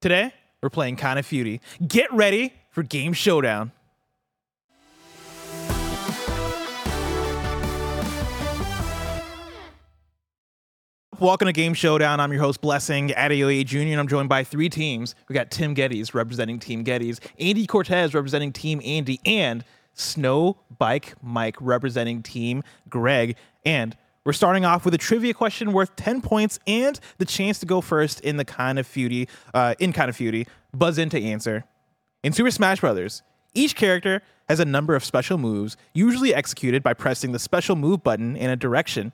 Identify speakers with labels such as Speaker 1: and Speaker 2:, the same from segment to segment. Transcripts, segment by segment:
Speaker 1: Today, we're playing Kind of Feudy. Get ready for Game Showdown. Welcome to Game Showdown. I'm your host, Blessing Adeoye Jr., and I'm joined by three teams. We got Tim Geddes representing Team Geddes, Andy Cortez representing Team Andy, and Snow Bike Mike representing Team Greg. And we're starting off with a trivia question worth 10 points and the chance to go first in the kind of feudy, uh, in kind of feudy, buzz in to answer. In Super Smash Bros., each character has a number of special moves, usually executed by pressing the special move button in a direction.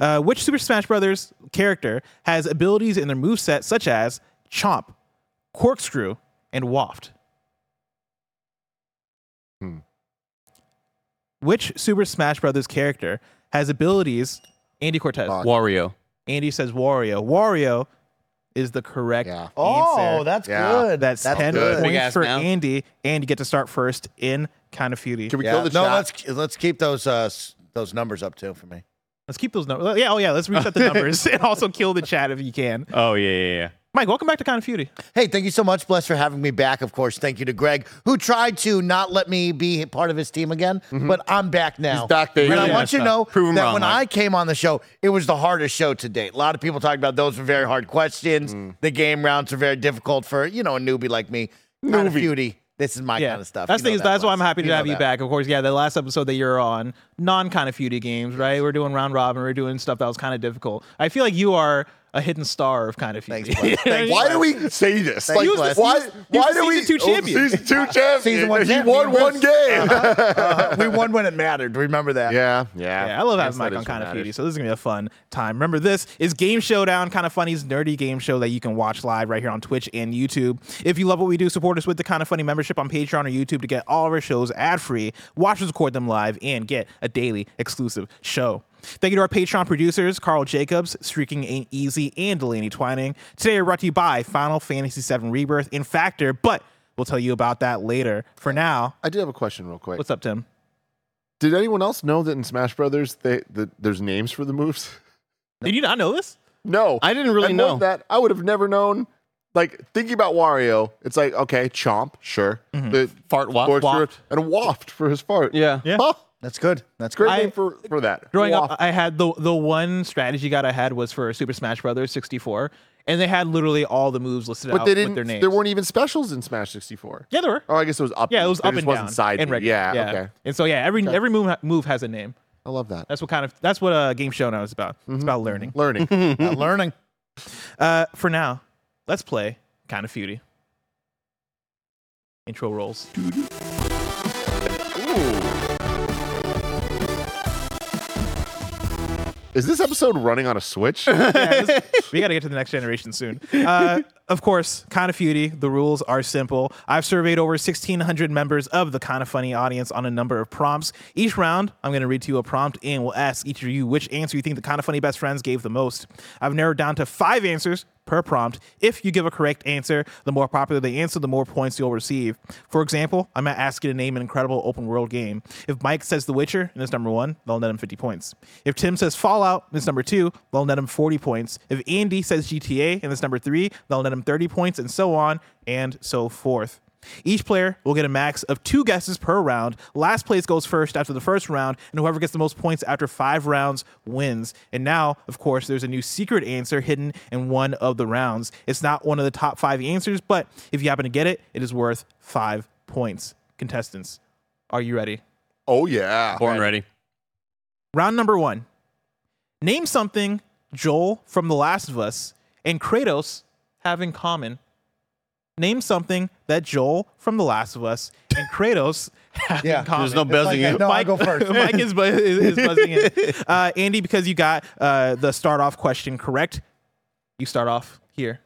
Speaker 1: Uh, which Super Smash Bros. character has abilities in their moveset such as Chomp, Corkscrew, and Waft? Which Super Smash Bros. character has abilities? Andy Cortez.
Speaker 2: Fuck.
Speaker 3: Wario.
Speaker 1: Andy says Wario. Wario is the correct
Speaker 2: Yeah.
Speaker 1: answer.
Speaker 4: Oh, that's
Speaker 2: Yeah.
Speaker 4: good.
Speaker 1: That's, 10
Speaker 2: good.
Speaker 3: Big
Speaker 1: points
Speaker 3: ass
Speaker 1: for
Speaker 3: now.
Speaker 1: Andy, and you get to start first in Kind of Feudy.
Speaker 2: Can we
Speaker 4: Yeah.
Speaker 2: kill the
Speaker 4: no,
Speaker 2: chat?
Speaker 4: let's let's keep those uh s- those numbers up too for me.
Speaker 1: Let's keep those numbers. Yeah, oh yeah, let's reset the numbers and also kill the chat if you can.
Speaker 3: Oh yeah, yeah, yeah.
Speaker 1: Mike, welcome back to Kind of Feudy.
Speaker 4: Hey, thank you so much, Bless, for having me back. Of course, thank you to Greg, who tried to not let me be part of his team again, but I'm back now.
Speaker 2: He's back, baby.
Speaker 4: And I
Speaker 2: Yeah,
Speaker 4: want you to
Speaker 3: that's
Speaker 4: know
Speaker 3: not- prove him
Speaker 4: that
Speaker 3: wrong,
Speaker 4: when
Speaker 3: Mike.
Speaker 4: I came on the show, it was the hardest show to date. A lot of people talked about those were very hard questions. The game rounds are very difficult for you know a newbie like me. Kind of beauty. This is my
Speaker 1: Yeah,
Speaker 4: kind of stuff.
Speaker 1: that's the
Speaker 4: You
Speaker 1: thing
Speaker 4: know
Speaker 1: is
Speaker 4: that,
Speaker 1: that's why I'm
Speaker 4: Bless.
Speaker 1: happy to
Speaker 4: You know
Speaker 1: have you
Speaker 4: that.
Speaker 1: back. Of course, yeah, the last episode that you're on, non Kind of Feudy games, right? We're doing round robin, we're doing stuff that was kind of difficult. I feel like you are a hidden star of Kind of Feudy.
Speaker 4: Thanks, Bless. Thanks,
Speaker 2: Why do we say this?
Speaker 4: Thank
Speaker 2: Like,
Speaker 4: you,
Speaker 2: why?
Speaker 4: Les.
Speaker 2: Why,
Speaker 1: He was- he was the
Speaker 2: do we?
Speaker 1: season two
Speaker 2: Oh,
Speaker 1: champion.
Speaker 2: Season two champion.
Speaker 4: Season one
Speaker 2: He
Speaker 4: champion.
Speaker 2: won one game.
Speaker 4: Uh, we won when it mattered. Remember that.
Speaker 2: Yeah, yeah.
Speaker 1: Yeah, I love
Speaker 2: Yes,
Speaker 1: having
Speaker 2: that
Speaker 1: Mike on
Speaker 2: is
Speaker 1: Kind of
Speaker 2: what
Speaker 1: Feudy,
Speaker 2: matters.
Speaker 1: so this is gonna be a fun time. Remember, this is Game Showdown, Kind of Funny's nerdy game show that you can watch live right here on Twitch and YouTube. If you love what we do, support us with the Kind of Funny membership on Patreon or YouTube to get all of our shows ad free, watch us record them live, and get a daily exclusive show. Thank you to our Patreon producers, Carl Jacobs, Streaking Ain't Easy, and Delaney Twining. Today, we're brought to you by Final Fantasy VII Rebirth in Factor, but we'll tell you about that later. For now,
Speaker 2: I do have a question, real quick.
Speaker 1: what's up, Tim?
Speaker 2: Did anyone else know that in Smash Brothers, they that there's names for the moves?
Speaker 1: Did you not know this?
Speaker 2: No,
Speaker 3: I didn't really
Speaker 2: and
Speaker 3: know.
Speaker 2: with that. I would have never known. Like thinking about Wario, it's like okay, chomp, sure,
Speaker 1: Mm-hmm.
Speaker 2: the
Speaker 3: Fart waft.
Speaker 2: or-
Speaker 1: Waft.
Speaker 2: and waft for his fart.
Speaker 3: Yeah.
Speaker 1: Yeah.
Speaker 2: Huh?
Speaker 4: That's good. That's good.
Speaker 2: great
Speaker 1: I-
Speaker 2: name for for that.
Speaker 1: Growing up,
Speaker 2: Waft.
Speaker 1: uh, I had the the one strategy guide I had was for Super Smash Brothers 64, and they had literally all the moves listed
Speaker 2: but
Speaker 1: out
Speaker 2: they didn't.
Speaker 1: with their names.
Speaker 2: There weren't even specials in Smash 64.
Speaker 1: yeah, there were.
Speaker 2: Oh, I guess it was up.
Speaker 1: Yeah, it was
Speaker 2: there
Speaker 1: up
Speaker 2: just
Speaker 1: and
Speaker 2: wasn't
Speaker 1: down
Speaker 2: Side
Speaker 1: and
Speaker 2: B.
Speaker 1: regular.
Speaker 2: yeah, Okay.
Speaker 1: And so yeah, every every move move has a name.
Speaker 2: I love that.
Speaker 1: That's what kind of that's what a game show now is about.
Speaker 2: Mm-hmm.
Speaker 1: It's about learning.
Speaker 2: Learning.
Speaker 4: Uh, learning.
Speaker 2: Mm-hmm.
Speaker 1: Uh, for now, let's play kind of feudy. Intro rolls.
Speaker 2: Is this episode running on a Switch?
Speaker 1: Yeah, this- we got to get to the next generation soon. Uh, of course, Kind of Feudy, the rules are simple. I've surveyed over 1,600 members of the Kind of Funny audience on a number of prompts. Each round, I'm going to read to you a prompt and we'll ask each of you which answer you think the Kind of Funny best friends gave the most. I've narrowed down to five answers per prompt. If you give a correct answer, the more popular the answer, the more points you'll receive. For example, I might ask you to name an incredible open world game. If Mike says The Witcher and it's number one, they'll net him 50 points. If Tim says Fallout and it's number two, they'll net him 40 points. If Andy says GTA and it's number three, they'll net him 30 points, and so on and so forth. Each player will get a max of two guesses per round. Last place goes first after the first round, and whoever gets the most points after five rounds wins. And now, of course, there's a new secret answer hidden in one of the rounds. It's not one of the top five answers, but if you happen to get it, it is worth five points. Contestants, are you ready?
Speaker 2: oh yeah.
Speaker 3: Born ready.
Speaker 1: Round number one Name something Joel from The Last of Us and Kratos have in common. Name something that Joel from The Last of Us and Kratos have
Speaker 4: Yeah.
Speaker 1: in common.
Speaker 3: There's no buzzing
Speaker 4: like,
Speaker 3: in.
Speaker 4: no, I
Speaker 1: Mike,
Speaker 4: go first.
Speaker 1: Mike is, bu- is, is buzzing in. Uh, Andy, because you got uh, the start off question correct, you start off here.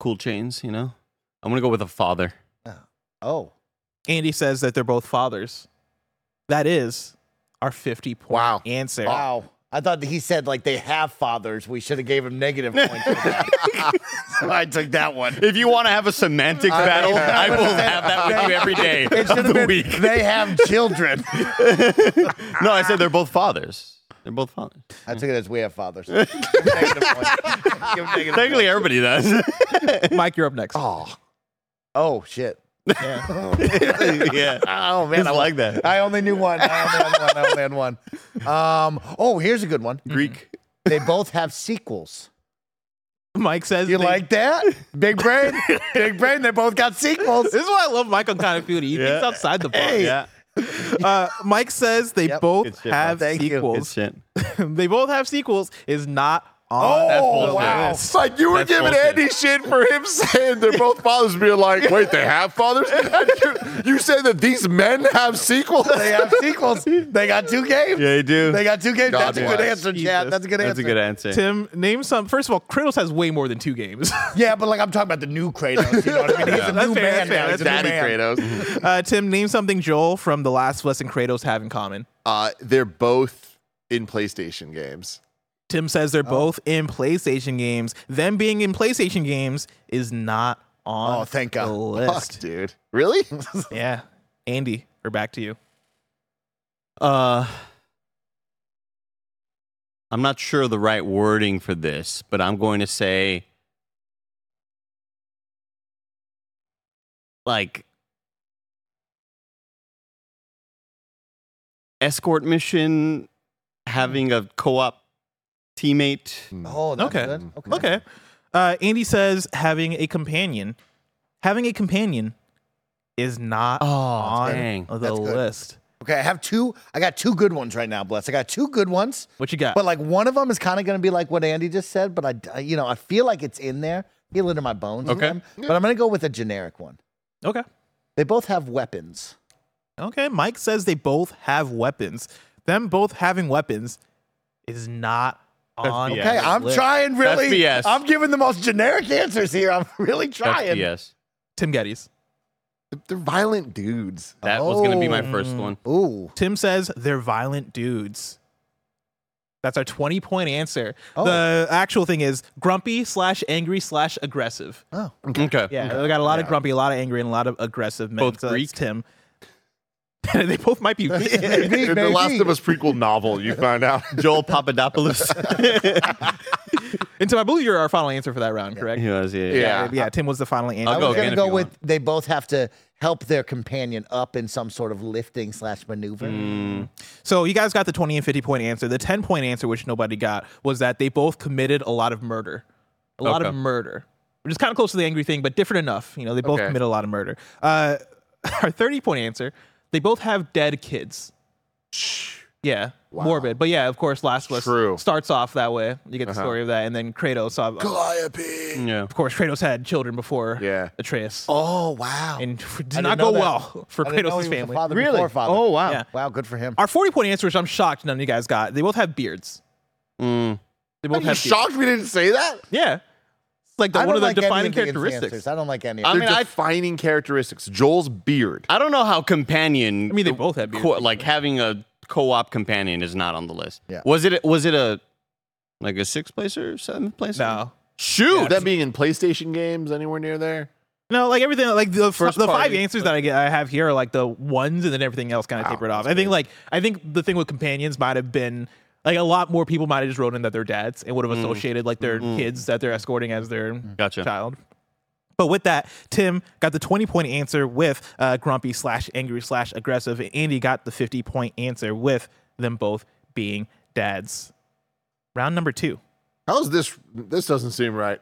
Speaker 3: Cool chains, you know. I'm gonna go with a father.
Speaker 4: Oh.
Speaker 1: Andy says that they're both fathers. That is our 50 point
Speaker 2: Wow.
Speaker 1: answer.
Speaker 4: Wow. I thought that he said like they have fathers. We should have gave him negative points. for that. so I took that one.
Speaker 3: If you want to have a semantic battle, I will have that with you every day of
Speaker 4: Should've
Speaker 3: the
Speaker 4: been,
Speaker 3: week.
Speaker 4: They have children.
Speaker 3: No, I said they're both fathers. They're both fathers.
Speaker 4: I took it as we have fathers. Negative point. Give him negative
Speaker 3: Technically, everybody does.
Speaker 1: Mike, you're up next.
Speaker 2: Oh,
Speaker 4: Oh shit!
Speaker 3: yeah.
Speaker 4: Oh man,
Speaker 3: It's like that.
Speaker 4: I only knew one. I only had one. I only had one. Um. Oh, here's a good one.
Speaker 3: Greek.
Speaker 4: They both have sequels.
Speaker 1: Mike says
Speaker 4: You
Speaker 1: they-
Speaker 4: like that? Big brain, big brain. They both got sequels.
Speaker 1: This is why I love Mike on Kind of Beauty. He
Speaker 3: Yeah.
Speaker 1: thinks outside the box.
Speaker 3: Yeah.
Speaker 1: Uh, Mike says they
Speaker 4: Yep.
Speaker 1: both
Speaker 3: Good shit,
Speaker 1: have
Speaker 4: man. Thank you.
Speaker 3: Good
Speaker 1: sequels.
Speaker 3: shit.
Speaker 1: they both have sequels is not on.
Speaker 3: That's
Speaker 4: Oh,
Speaker 3: bullshit.
Speaker 4: wow.
Speaker 2: it's like you were
Speaker 3: That's
Speaker 2: giving
Speaker 3: bullshit.
Speaker 2: Andy shit for him saying they're both fathers. Being like, wait, they have fathers? you, you said that these men have sequels?
Speaker 4: They have sequels. They got two games.
Speaker 3: Yeah, you do.
Speaker 4: They got two games.
Speaker 2: God
Speaker 4: That's a good
Speaker 2: bless.
Speaker 4: answer,
Speaker 1: Jesus.
Speaker 4: Chad. That's a good
Speaker 3: That's
Speaker 4: answer.
Speaker 3: a good answer.
Speaker 1: Tim, name some. First of all, Kratos has way more than two games.
Speaker 4: Yeah, but like I'm talking about the new Kratos. You know what I mean? He's a
Speaker 1: That's
Speaker 4: new
Speaker 1: fair, that's
Speaker 4: man
Speaker 1: fair,
Speaker 4: now.
Speaker 1: that's
Speaker 4: He's a
Speaker 1: fair.
Speaker 4: new
Speaker 2: Daddy
Speaker 4: man.
Speaker 2: Kratos.
Speaker 1: uh, Tim, name something Joel from The Last of Us and Kratos have in common.
Speaker 2: Uh, they're both in PlayStation games.
Speaker 1: Tim says
Speaker 4: Oh.
Speaker 1: they're both in PlayStation games. Them being in PlayStation games is not on
Speaker 4: Oh, thank
Speaker 1: the
Speaker 4: God.
Speaker 2: Fuck,
Speaker 1: list.
Speaker 2: dude. Really?
Speaker 1: Yeah. Andy, we're back to you.
Speaker 3: Uh, I'm not sure of the right wording for this, but I'm going to say like escort mission having a co-op teammate.
Speaker 4: Oh, that's
Speaker 1: Okay.
Speaker 4: good. Okay.
Speaker 1: Okay. Uh, Andy says having a companion. Having a companion is not on
Speaker 3: dang.
Speaker 1: the
Speaker 4: That's good.
Speaker 1: list.
Speaker 4: Okay, I have two. I got two good ones right now, Bless. I got two good ones,
Speaker 1: What you got?
Speaker 4: but like one of them is kind of going to be like what Andy just said, but I, I- you know, I feel like it's in there, feel it in my bones.
Speaker 3: Okay.
Speaker 4: man. But I'm going to go with a generic one.
Speaker 1: okay.
Speaker 4: They both have weapons.
Speaker 1: Okay. Mike says they both have weapons. Them both having weapons is not on.
Speaker 3: BS.
Speaker 1: the
Speaker 4: Okay, I'm
Speaker 1: list.
Speaker 4: trying really.
Speaker 3: BS.
Speaker 4: I'm giving the most generic answers here. I'm really trying.
Speaker 3: Yes.
Speaker 1: Tim Geddes.
Speaker 2: They're violent dudes.
Speaker 3: That was going to be my first one.
Speaker 4: Ooh.
Speaker 1: Tim says they're violent dudes. That's our 20 point answer.
Speaker 4: Oh.
Speaker 1: The actual thing is grumpy slash angry slash aggressive.
Speaker 4: Oh.
Speaker 3: Okay.
Speaker 1: Yeah, we got a lot of
Speaker 4: Yeah.
Speaker 1: grumpy, a lot of angry, and a lot of aggressive men.
Speaker 3: Both
Speaker 1: so that's
Speaker 3: Greek?
Speaker 1: Tim. they both might be. Greek.
Speaker 4: Maybe,
Speaker 2: In the Last
Speaker 4: maybe.
Speaker 2: of Us prequel novel, you find out.
Speaker 3: Joel Papadopoulos.
Speaker 1: and Tim, I believe you're our final answer for that round, correct?
Speaker 3: he was, yeah.
Speaker 2: Yeah.
Speaker 1: Yeah, yeah, Tim was the final answer.
Speaker 3: I'll
Speaker 4: I
Speaker 3: go
Speaker 4: was
Speaker 3: again
Speaker 4: gonna
Speaker 3: if
Speaker 4: go
Speaker 3: you
Speaker 4: with
Speaker 3: want.
Speaker 4: they both have to help their companion up in some sort of lifting slash maneuver.
Speaker 1: So you guys got the 20 and 50 point answer. The 10 point answer, which nobody got, was that they both committed a lot of murder. A lot of
Speaker 3: Okay.
Speaker 1: murder. Which is kind of close to the angry thing, but different enough. You know, they both
Speaker 2: Okay.
Speaker 1: committed a lot of murder. Uh, our 30 point answer, they both have dead kids. Yeah. Morbid. But yeah, of course, Last of Us
Speaker 2: True.
Speaker 1: starts off that way. You get the story of that. And then Kratos, uh, of
Speaker 2: Calliope.
Speaker 3: Yeah.
Speaker 1: course, Kratos had children before
Speaker 2: Yeah.
Speaker 1: Atreus.
Speaker 4: Oh wow!
Speaker 1: And it did
Speaker 4: I
Speaker 1: not
Speaker 4: didn't know
Speaker 1: go
Speaker 4: that.
Speaker 1: well for
Speaker 4: I didn't know he
Speaker 1: Kratos'
Speaker 4: was a
Speaker 1: family.
Speaker 4: Father before father.
Speaker 3: Oh, wow.
Speaker 1: Yeah.
Speaker 4: wow! Good for him.
Speaker 1: Our 40 point answer, which I'm shocked none of you guys got, they both have beards.
Speaker 3: Mm.
Speaker 1: They both
Speaker 2: You
Speaker 1: have beards.
Speaker 2: shocked me didn't say that?
Speaker 1: Yeah. It's like the,
Speaker 4: I
Speaker 1: one
Speaker 4: don't
Speaker 1: of the
Speaker 4: like any
Speaker 1: defining
Speaker 4: of these
Speaker 1: characteristics.
Speaker 4: answers. I don't like any. Of
Speaker 3: I
Speaker 2: They're
Speaker 3: mean, I-
Speaker 2: defining characteristics. Joel's beard.
Speaker 3: I don't know how companion.
Speaker 1: I mean, they both have beards.
Speaker 3: co- like having a co-op companion is not on the list.
Speaker 4: Yeah.
Speaker 3: Was it? Was it a like a sixth placer, seventh placer?
Speaker 1: No.
Speaker 3: Shoot.
Speaker 2: That being in PlayStation games, anywhere near there?
Speaker 1: No, like everything, like the
Speaker 3: First
Speaker 1: the five
Speaker 3: party.
Speaker 1: answers that I get, I have here are like the ones, and then everything else
Speaker 4: Oh,
Speaker 1: kind of tapered off. I think like I think the thing with companions might have been like a lot more people might have just wrote in that they're dads and
Speaker 4: Mm.
Speaker 1: would have associated like their
Speaker 4: Mm-hmm.
Speaker 1: kids that they're escorting as their
Speaker 3: Gotcha.
Speaker 1: child. But with that, Tim got the 20 point answer with uh, grumpy slash angry slash aggressive, and Andy got the 50 point answer with them both being dads. Round number two.
Speaker 2: How's this? This doesn't seem right.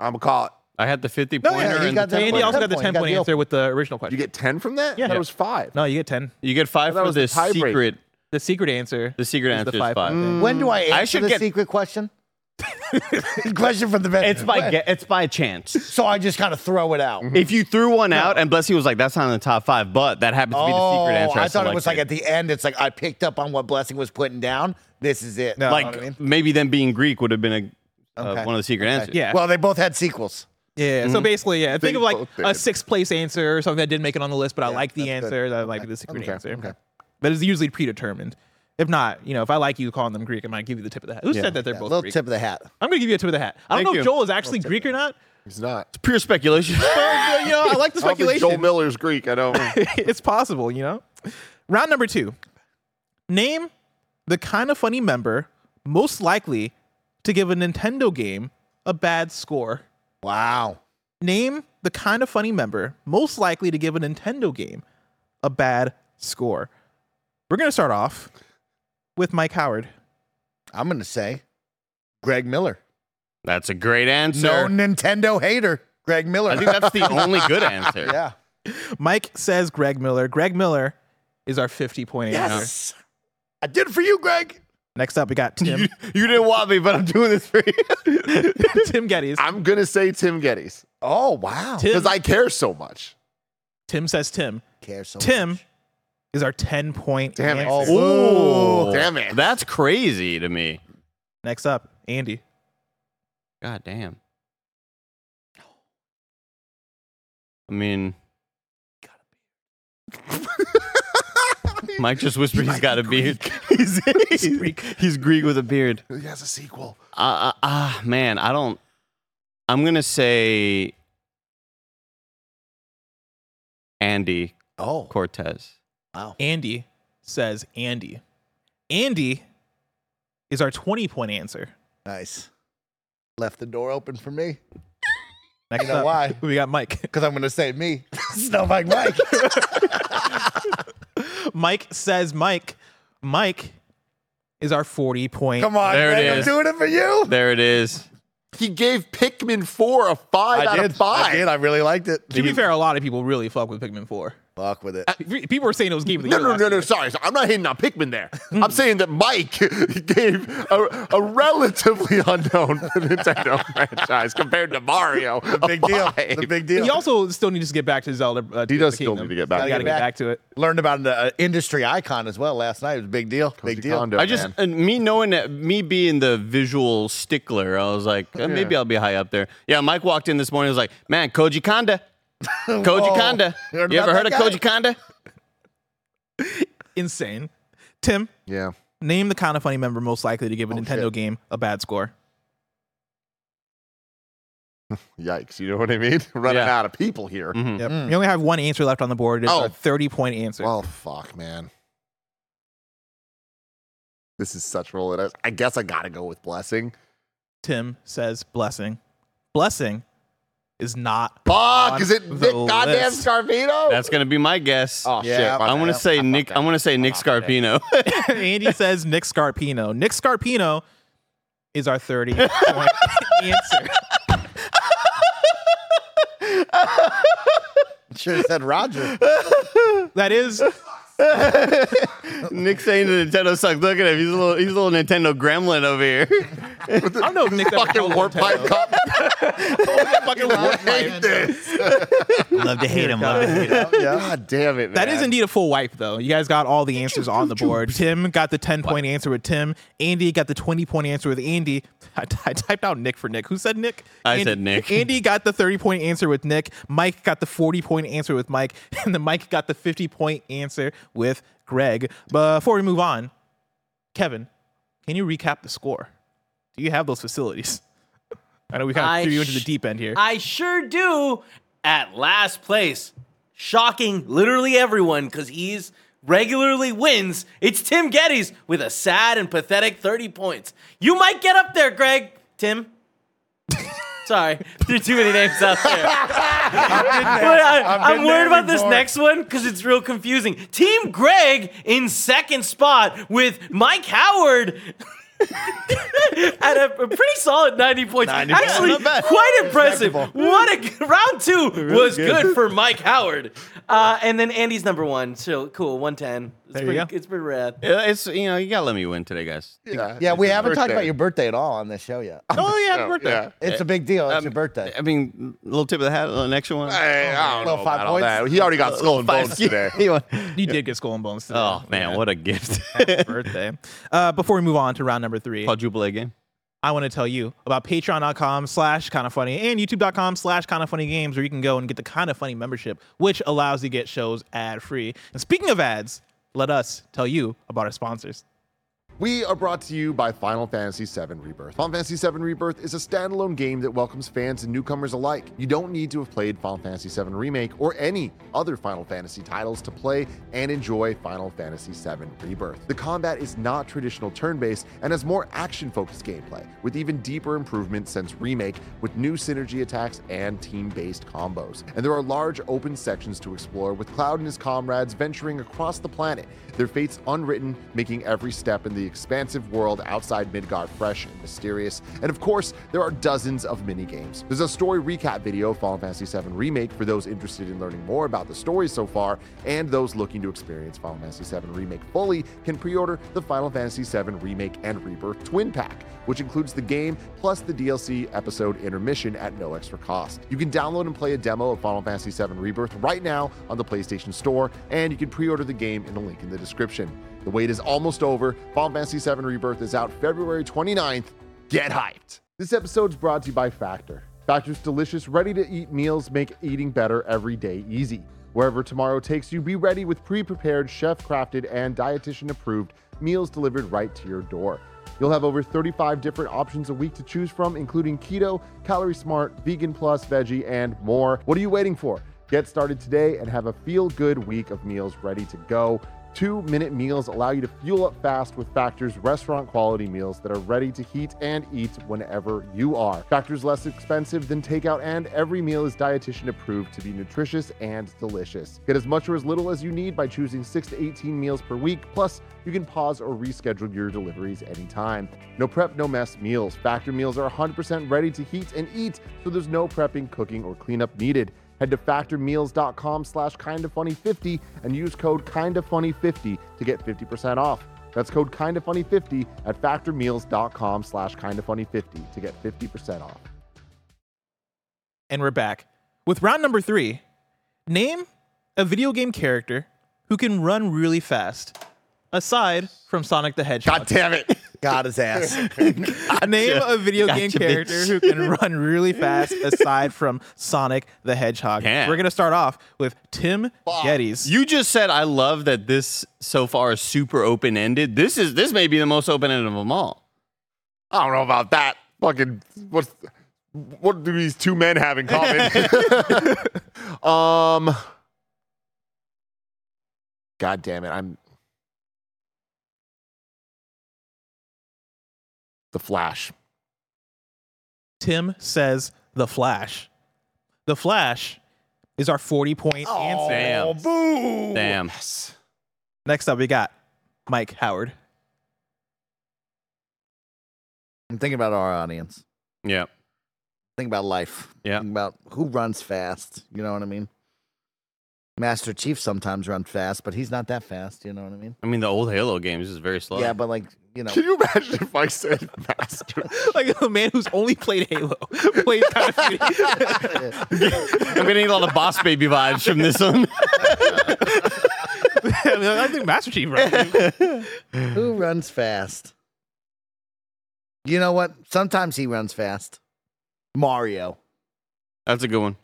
Speaker 2: I'm going to call it.
Speaker 3: I had the fifty
Speaker 1: No,
Speaker 3: pointer.
Speaker 1: yeah,
Speaker 4: he
Speaker 3: and
Speaker 4: Oh, got
Speaker 3: the
Speaker 4: that
Speaker 3: 10
Speaker 1: Andy
Speaker 4: point.
Speaker 3: pointer.
Speaker 1: also got the 10 point,
Speaker 4: point, got the
Speaker 1: answer with the original
Speaker 2: You
Speaker 1: question.
Speaker 2: get 10 from that?
Speaker 1: Yeah.
Speaker 2: That was five.
Speaker 1: no, you get 10.
Speaker 3: You get five
Speaker 2: That
Speaker 3: for
Speaker 2: was the
Speaker 3: this
Speaker 2: tiebreaker.
Speaker 3: secret.
Speaker 1: The secret answer.
Speaker 3: The secret
Speaker 1: is
Speaker 3: answer is
Speaker 1: five.
Speaker 3: five.
Speaker 1: point thing.
Speaker 4: when do I answer
Speaker 3: should
Speaker 4: the
Speaker 3: get-
Speaker 4: secret question? question from the vet.
Speaker 3: It's by ge- it's by chance.
Speaker 4: so I just kind of throw it out.
Speaker 3: if you threw one out and Blessy was like, "That's not in the top five, but that happens to be the
Speaker 4: Oh,
Speaker 3: secret answer.
Speaker 4: I thought it was like
Speaker 3: selected."
Speaker 4: at the end. It's like I picked up on what blessing was putting down. This is it.
Speaker 1: No.
Speaker 4: You
Speaker 3: like
Speaker 4: know what I mean?
Speaker 3: maybe them being Greek would have been a uh,
Speaker 4: Okay.
Speaker 3: one of the secret answers.
Speaker 1: Yeah.
Speaker 4: Well, they both had sequels.
Speaker 1: yeah. So basically, yeah. Think
Speaker 2: They
Speaker 1: of like
Speaker 2: both
Speaker 1: a
Speaker 2: did.
Speaker 1: sixth place answer or something that didn't make it on the list, but I like the
Speaker 4: that's good.
Speaker 1: answer. That might be the secret
Speaker 2: Okay,
Speaker 1: answer.
Speaker 2: okay.
Speaker 1: That is usually predetermined. If not, you know, if I like you calling them Greek, I might give you the tip of the hat. Who said that they're
Speaker 4: Yeah,
Speaker 1: both
Speaker 4: little
Speaker 1: Greek?
Speaker 4: tip of the hat.
Speaker 1: I'm gonna give you a tip of the hat. I don't
Speaker 3: Thank
Speaker 1: know
Speaker 3: you.
Speaker 1: if Joel is actually Greek or not.
Speaker 2: He's not.
Speaker 3: Pure speculation.
Speaker 1: But, you know, I like the
Speaker 2: I don't think Joel
Speaker 1: speculation.
Speaker 2: Miller's Greek. I don't.
Speaker 1: it's possible, you know. Round number two. Name the kind of funny member most likely to give a Nintendo game a bad score.
Speaker 4: Wow.
Speaker 1: Name the kind of funny member most likely to give a Nintendo game a bad score. We're going to start off with Mike Howard.
Speaker 4: I'm gonna say Greg Miller.
Speaker 3: That's a great answer.
Speaker 4: No Nintendo hater. Greg
Speaker 3: I
Speaker 4: Miller.
Speaker 3: think that's the only good answer.
Speaker 4: yeah.
Speaker 1: Mike says Greg Miller. Greg Miller is our 50 point answer.
Speaker 4: I did it for you, Greg.
Speaker 1: Next up, we got Tim.
Speaker 3: You didn't want me, but I'm doing this for you.
Speaker 1: Tim Geddes.
Speaker 2: I'm gonna say Tim Geddes
Speaker 4: Oh wow.
Speaker 1: Tim,
Speaker 2: because I care so much.
Speaker 1: Tim says Tim.
Speaker 4: Care so
Speaker 1: Tim
Speaker 4: much.
Speaker 1: is our 10 point
Speaker 2: Damn it. Oh,
Speaker 1: answer.
Speaker 2: Ooh,
Speaker 3: Oh,
Speaker 2: damn it.
Speaker 3: That's crazy to me.
Speaker 1: Next up, Andy.
Speaker 3: God damn. I mean, Mike just whispered he's got a beard. he's, he's Greek. with a beard.
Speaker 2: He has a sequel.
Speaker 3: Ah, uh, uh, man, I don't. I'm gonna say Andy
Speaker 4: Oh
Speaker 3: Cortez.
Speaker 4: wow.
Speaker 1: Andy says Andy. Andy is our 20 point answer.
Speaker 4: Nice. Left the door open for me.
Speaker 1: Next
Speaker 4: You know
Speaker 1: up,
Speaker 4: why?
Speaker 1: we got Mike.
Speaker 4: Because I'm gonna say me. Snowbike Mike.
Speaker 1: Mike says Mike. Mike is our 40 point.
Speaker 4: Come on,
Speaker 3: There it
Speaker 4: Greg. I'm
Speaker 3: is.
Speaker 4: doing it for you.
Speaker 3: There it is.
Speaker 2: He gave Pikmin 4 a 5 out of 5.
Speaker 4: I did. I really liked it.
Speaker 1: To be fair, a lot of people really fuck with Pikmin 4.
Speaker 4: Fuck with it.
Speaker 1: Pe- People were saying it was game of the
Speaker 2: No,
Speaker 1: year.
Speaker 2: no,
Speaker 1: last
Speaker 2: no, no.
Speaker 1: year.
Speaker 2: Sorry, sorry. I'm not hating on Pikmin there. I'm saying that Mike gave a, a relatively unknown Nintendo franchise compared to Mario. a
Speaker 4: Big deal.
Speaker 2: five.
Speaker 4: The big deal.
Speaker 1: He also still needs to get back to Zelda. Uh,
Speaker 2: He does still
Speaker 1: Kingdom.
Speaker 2: need to get back.
Speaker 1: Gotta
Speaker 4: Gotta
Speaker 1: get
Speaker 4: get
Speaker 1: back.
Speaker 4: back.
Speaker 1: to it.
Speaker 4: Learned about an uh, industry icon as well last night. It was a big deal. big deal.
Speaker 2: Kondo,
Speaker 3: I just
Speaker 2: man.
Speaker 3: and me knowing that me being the visual stickler, I was like, eh, maybe I'll be high up there. Yeah, Mike walked in this morning. was like, man, Koji Konda, Koji
Speaker 4: Whoa.
Speaker 3: Konda.
Speaker 4: You
Speaker 3: You,
Speaker 4: heard
Speaker 3: ever
Speaker 4: about
Speaker 3: heard of
Speaker 4: that
Speaker 3: Koji Konda?
Speaker 1: Insane. Tim,
Speaker 2: Yeah.
Speaker 1: name the kind of funny member most likely to give a Nintendo
Speaker 2: Oh, shit.
Speaker 1: game a bad score.
Speaker 2: Yikes. You know what I mean? Running
Speaker 3: Yeah.
Speaker 2: out of people here.
Speaker 1: Yep. You only have one answer left on the board. It's
Speaker 2: Mm. Oh.
Speaker 1: our 30 point answer.
Speaker 2: Well, fuck, man. This is such roll. it- I guess I gotta go with blessing.
Speaker 1: Tim says blessing. Blessing is not
Speaker 2: Fuck!
Speaker 1: On
Speaker 2: Is it
Speaker 1: the
Speaker 2: Nick goddamn
Speaker 1: list.
Speaker 2: Scarvino?
Speaker 3: That's gonna be my guess.
Speaker 2: oh shit.
Speaker 4: Yeah,
Speaker 2: my
Speaker 3: I'm gonna
Speaker 2: bad.
Speaker 3: say
Speaker 2: I
Speaker 3: Nick.
Speaker 2: fucked
Speaker 3: I'm
Speaker 2: that.
Speaker 3: gonna say Nick
Speaker 2: fucked that.
Speaker 3: Scarpino.
Speaker 1: Andy says Nick Scarpino. Nick Scarpino is our 30 point answer.
Speaker 4: Should have said Roger.
Speaker 1: That is
Speaker 3: Nick saying the Nintendo sucks. Look at him. He's a little. He's a little Nintendo gremlin over here.
Speaker 1: I don't know if Nick
Speaker 2: Fucking warp pipe cup.
Speaker 1: fucking warp
Speaker 2: Hate this.
Speaker 5: Love to hate him. Love to hate him.
Speaker 2: God damn it, man.
Speaker 1: That is indeed a full wipe though. You guys got all the answers on the board. Tim got the 10 point answer with Tim. Andy got the 20 point answer with Andy. I, I typed out Nick for Nick. Who said Nick?
Speaker 3: I
Speaker 1: Andy-
Speaker 3: said Nick.
Speaker 1: Andy got the 30 point answer with Nick. Mike got the 40 point answer with Mike. And then Mike got the 50 point answer with Greg. Before we move on, Kevin, can you recap the score? Do you have those facilities? I know we kind of
Speaker 5: I
Speaker 1: threw you into the
Speaker 5: sh-
Speaker 1: deep end here.
Speaker 5: I sure do. At last place, shocking literally everyone because he's regularly wins. It's Tim Geddes with a sad and pathetic 30 points. You might get up there, Greg. Tim. Sorry, there are too many names out there. But
Speaker 4: I've
Speaker 5: I,
Speaker 4: been
Speaker 5: am worried
Speaker 4: there
Speaker 5: about this
Speaker 4: before.
Speaker 5: next one because it's real confusing. Team Greg in second spot with Mike Howard at a, a pretty solid 90 points. Actually,
Speaker 3: Not bad.
Speaker 5: quite impressive. What a g- round two was good. for Mike Howard. Uh, and then Andy's number one. So cool, 110. It's
Speaker 1: There you
Speaker 5: pretty,
Speaker 1: go.
Speaker 5: It's pretty rad.
Speaker 3: Yeah, It's you know you gotta let me win today, guys.
Speaker 2: Yeah,
Speaker 4: Yeah,
Speaker 2: it's
Speaker 4: we
Speaker 2: his
Speaker 4: haven't talked
Speaker 2: birthday.
Speaker 4: about your birthday at all on this show yet.
Speaker 3: Oh yeah, happy
Speaker 2: birthday. yeah.
Speaker 4: It's a big deal. It's
Speaker 3: Um,
Speaker 4: your birthday.
Speaker 3: I mean, little tip of the hat. An extra one.
Speaker 2: Hey, I don't
Speaker 4: Little
Speaker 2: know
Speaker 4: five
Speaker 2: about all
Speaker 4: points?
Speaker 2: that. He already got skull and bones today.
Speaker 1: you did get skull and bones today.
Speaker 3: Oh man, what a gift!
Speaker 1: birthday. Uh, before we move on to round number three,
Speaker 3: Quadruple A game.
Speaker 1: I want to tell you about patreon.com slash kind of funny and youtube.com slash kind of funny games where you can go and get the kind of funny membership, which allows you to get shows ad free. And speaking of ads, let us tell you about our sponsors.
Speaker 2: We are brought to you by Final Fantasy VII Rebirth. Final Fantasy VII Rebirth is a standalone game that welcomes fans and newcomers alike. You don't need to have played Final Fantasy VII Remake or any other Final Fantasy titles to play and enjoy Final Fantasy VII Rebirth. The combat is not traditional turn based and has more action focused gameplay, with even deeper improvements since Remake, with new synergy attacks and team based combos. And there are large open sections to explore, with Cloud and his comrades venturing across the planet, their fates unwritten, making every step in the expansive world outside Midgard fresh and mysterious. And of course, there are dozens of mini games. There's a story recap video of Final Fantasy VII Remake for those interested in learning more about the story so far, and those looking to experience Final Fantasy VII Remake fully can pre-order the Final Fantasy VII Remake and Rebirth Twin Pack, which includes the game plus the DLC episode intermission at no extra cost. You can download and play a demo of Final Fantasy VII Rebirth right now on the PlayStation Store, and you can pre-order the game in the link in the description. The wait is almost over. Final Fantasy VII Rebirth is out February 29th. Get hyped. This episode's brought to you by Factor. Factor's delicious, ready to eat meals make eating better every day easy. Wherever tomorrow takes you, be ready with pre prepared, chef crafted, and dietitian approved meals delivered right to your door. You'll have over 35 different options a week to choose from, including keto, calorie smart, vegan plus, veggie, and more. What are you waiting for? Get started today and have a feel good week of meals ready to go. Two minute meals allow you to fuel up fast with Factor's restaurant quality meals that are ready to heat and eat whenever you are. Factor's less expensive than takeout, and every meal is dietitian approved to be nutritious and delicious. Get as much or as little as you need by choosing 6 to 18 meals per week. Plus, you can pause or reschedule your deliveries anytime. No prep, no mess meals. Factor meals are 100% ready to heat and eat, so there's no prepping, cooking, or cleanup needed. Head to factormeals.com slash kindafunny50 and use code kindafunny50 to get 50% off. That's code kindafunny50 at factormeals.com slash kindafunny50 to get 50% off.
Speaker 1: and we're back with round number three. Name a video game character who can run really fast, aside from Sonic the Hedgehog.
Speaker 2: God damn it.
Speaker 4: Got his ass.
Speaker 1: Name a video game
Speaker 3: Gotcha,
Speaker 1: character
Speaker 3: bitch.
Speaker 1: who can run really fast, aside from Sonic the Hedgehog.
Speaker 3: Damn.
Speaker 1: We're gonna start off with Tim Geddes.
Speaker 3: You just said I love that this so far is super open ended. This is this may be the most open ended of them all.
Speaker 2: I don't know about that. Fucking what's what do these two men have in common? um God damn it, I'm The Flash.
Speaker 1: Tim says the Flash. The Flash is our forty point answer.
Speaker 3: Damn.
Speaker 4: Boo.
Speaker 3: Damn.
Speaker 1: Next up, we got Mike Howard.
Speaker 4: I'm thinking about our audience.
Speaker 3: Yeah.
Speaker 4: Think about life.
Speaker 3: Yeah.
Speaker 4: Think about who runs fast. You know what I mean? Master Chief sometimes runs fast, but he's not that fast. You know what I mean?
Speaker 3: I mean the old Halo games is very slow.
Speaker 4: Yeah, but like, you know,
Speaker 2: Can you imagine if I said master?
Speaker 1: Like a man who's only played Halo, played Call of Duty.
Speaker 3: I'm getting a lot of boss baby vibes from this one.
Speaker 1: I, mean, I think Master Chief. Right?
Speaker 4: who runs fast? You know what? Sometimes he runs fast. Mario.
Speaker 3: That's a good one.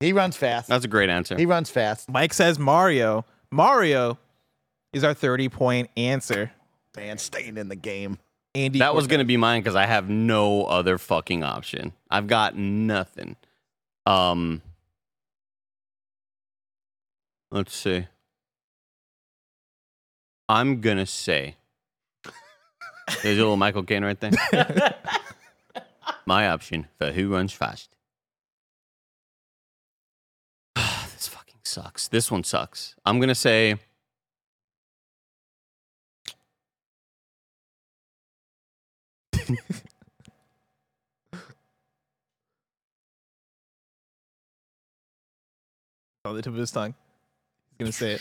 Speaker 4: He runs fast.
Speaker 3: That's a great answer.
Speaker 4: He runs fast.
Speaker 1: Mike says Mario. Mario is our thirty point answer.
Speaker 4: Man, staying in the game.
Speaker 1: Andy.
Speaker 3: That was gonna be mine because I have no other fucking option. I've got nothing. Um let's see. I'm gonna say there's a little Michael Caine right there. My option for who runs fast. this fucking sucks. This one sucks. I'm gonna say
Speaker 1: on the tip of his tongue. He's gonna say it.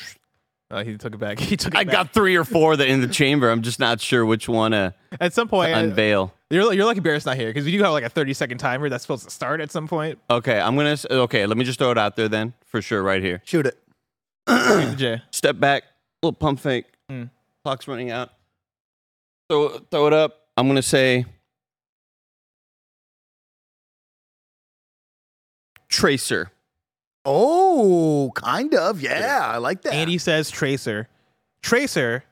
Speaker 1: Oh, he took it back. He took it
Speaker 3: I
Speaker 1: back.
Speaker 3: got three or four that in the chamber. I'm just not sure which one to
Speaker 1: At some point, uh,
Speaker 3: unveil.
Speaker 1: you're you're lucky Barrett's not here because we do have like a thirty second timer that's supposed to start at some point.
Speaker 3: Okay, I'm gonna. s- Okay, let me just throw it out there then, for sure, right here.
Speaker 4: Shoot it.
Speaker 1: Jay.
Speaker 3: Step back, little pump fake.
Speaker 2: Hmm.
Speaker 1: Mm.
Speaker 3: Clock's running out. Throw throw it up. I'm gonna say tracer.
Speaker 4: Oh, kind of. Yeah, I like that.
Speaker 1: Andy says Tracer. Tracer